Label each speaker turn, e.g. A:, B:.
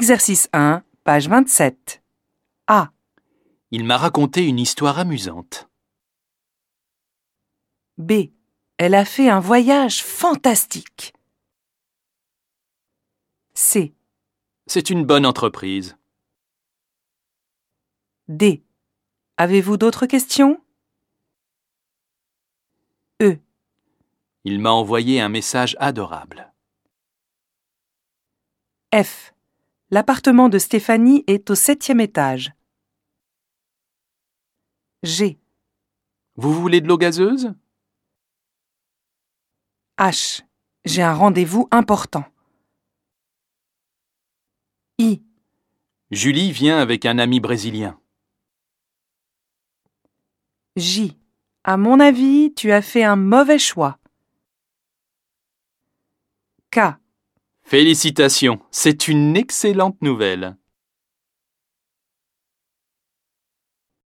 A: Exercice 1, page 27. A.
B: Il m'a raconté une histoire amusante.
A: B. Elle a fait un voyage fantastique. C.
B: C'est une bonne entreprise.
A: D. Avez-vous d'autres questions E.
B: Il m'a envoyé un message adorable.
A: F. L'appartement de Stéphanie est au septième étage. G.
B: Vous voulez de l'eau gazeuse
A: H. J'ai un rendez-vous important. I.
B: Julie vient avec un ami brésilien.
A: J. À mon avis, tu as fait un mauvais choix. K.
B: Félicitations, c'est une excellente nouvelle.